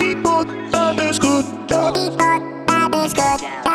People, that is good. People, that is good.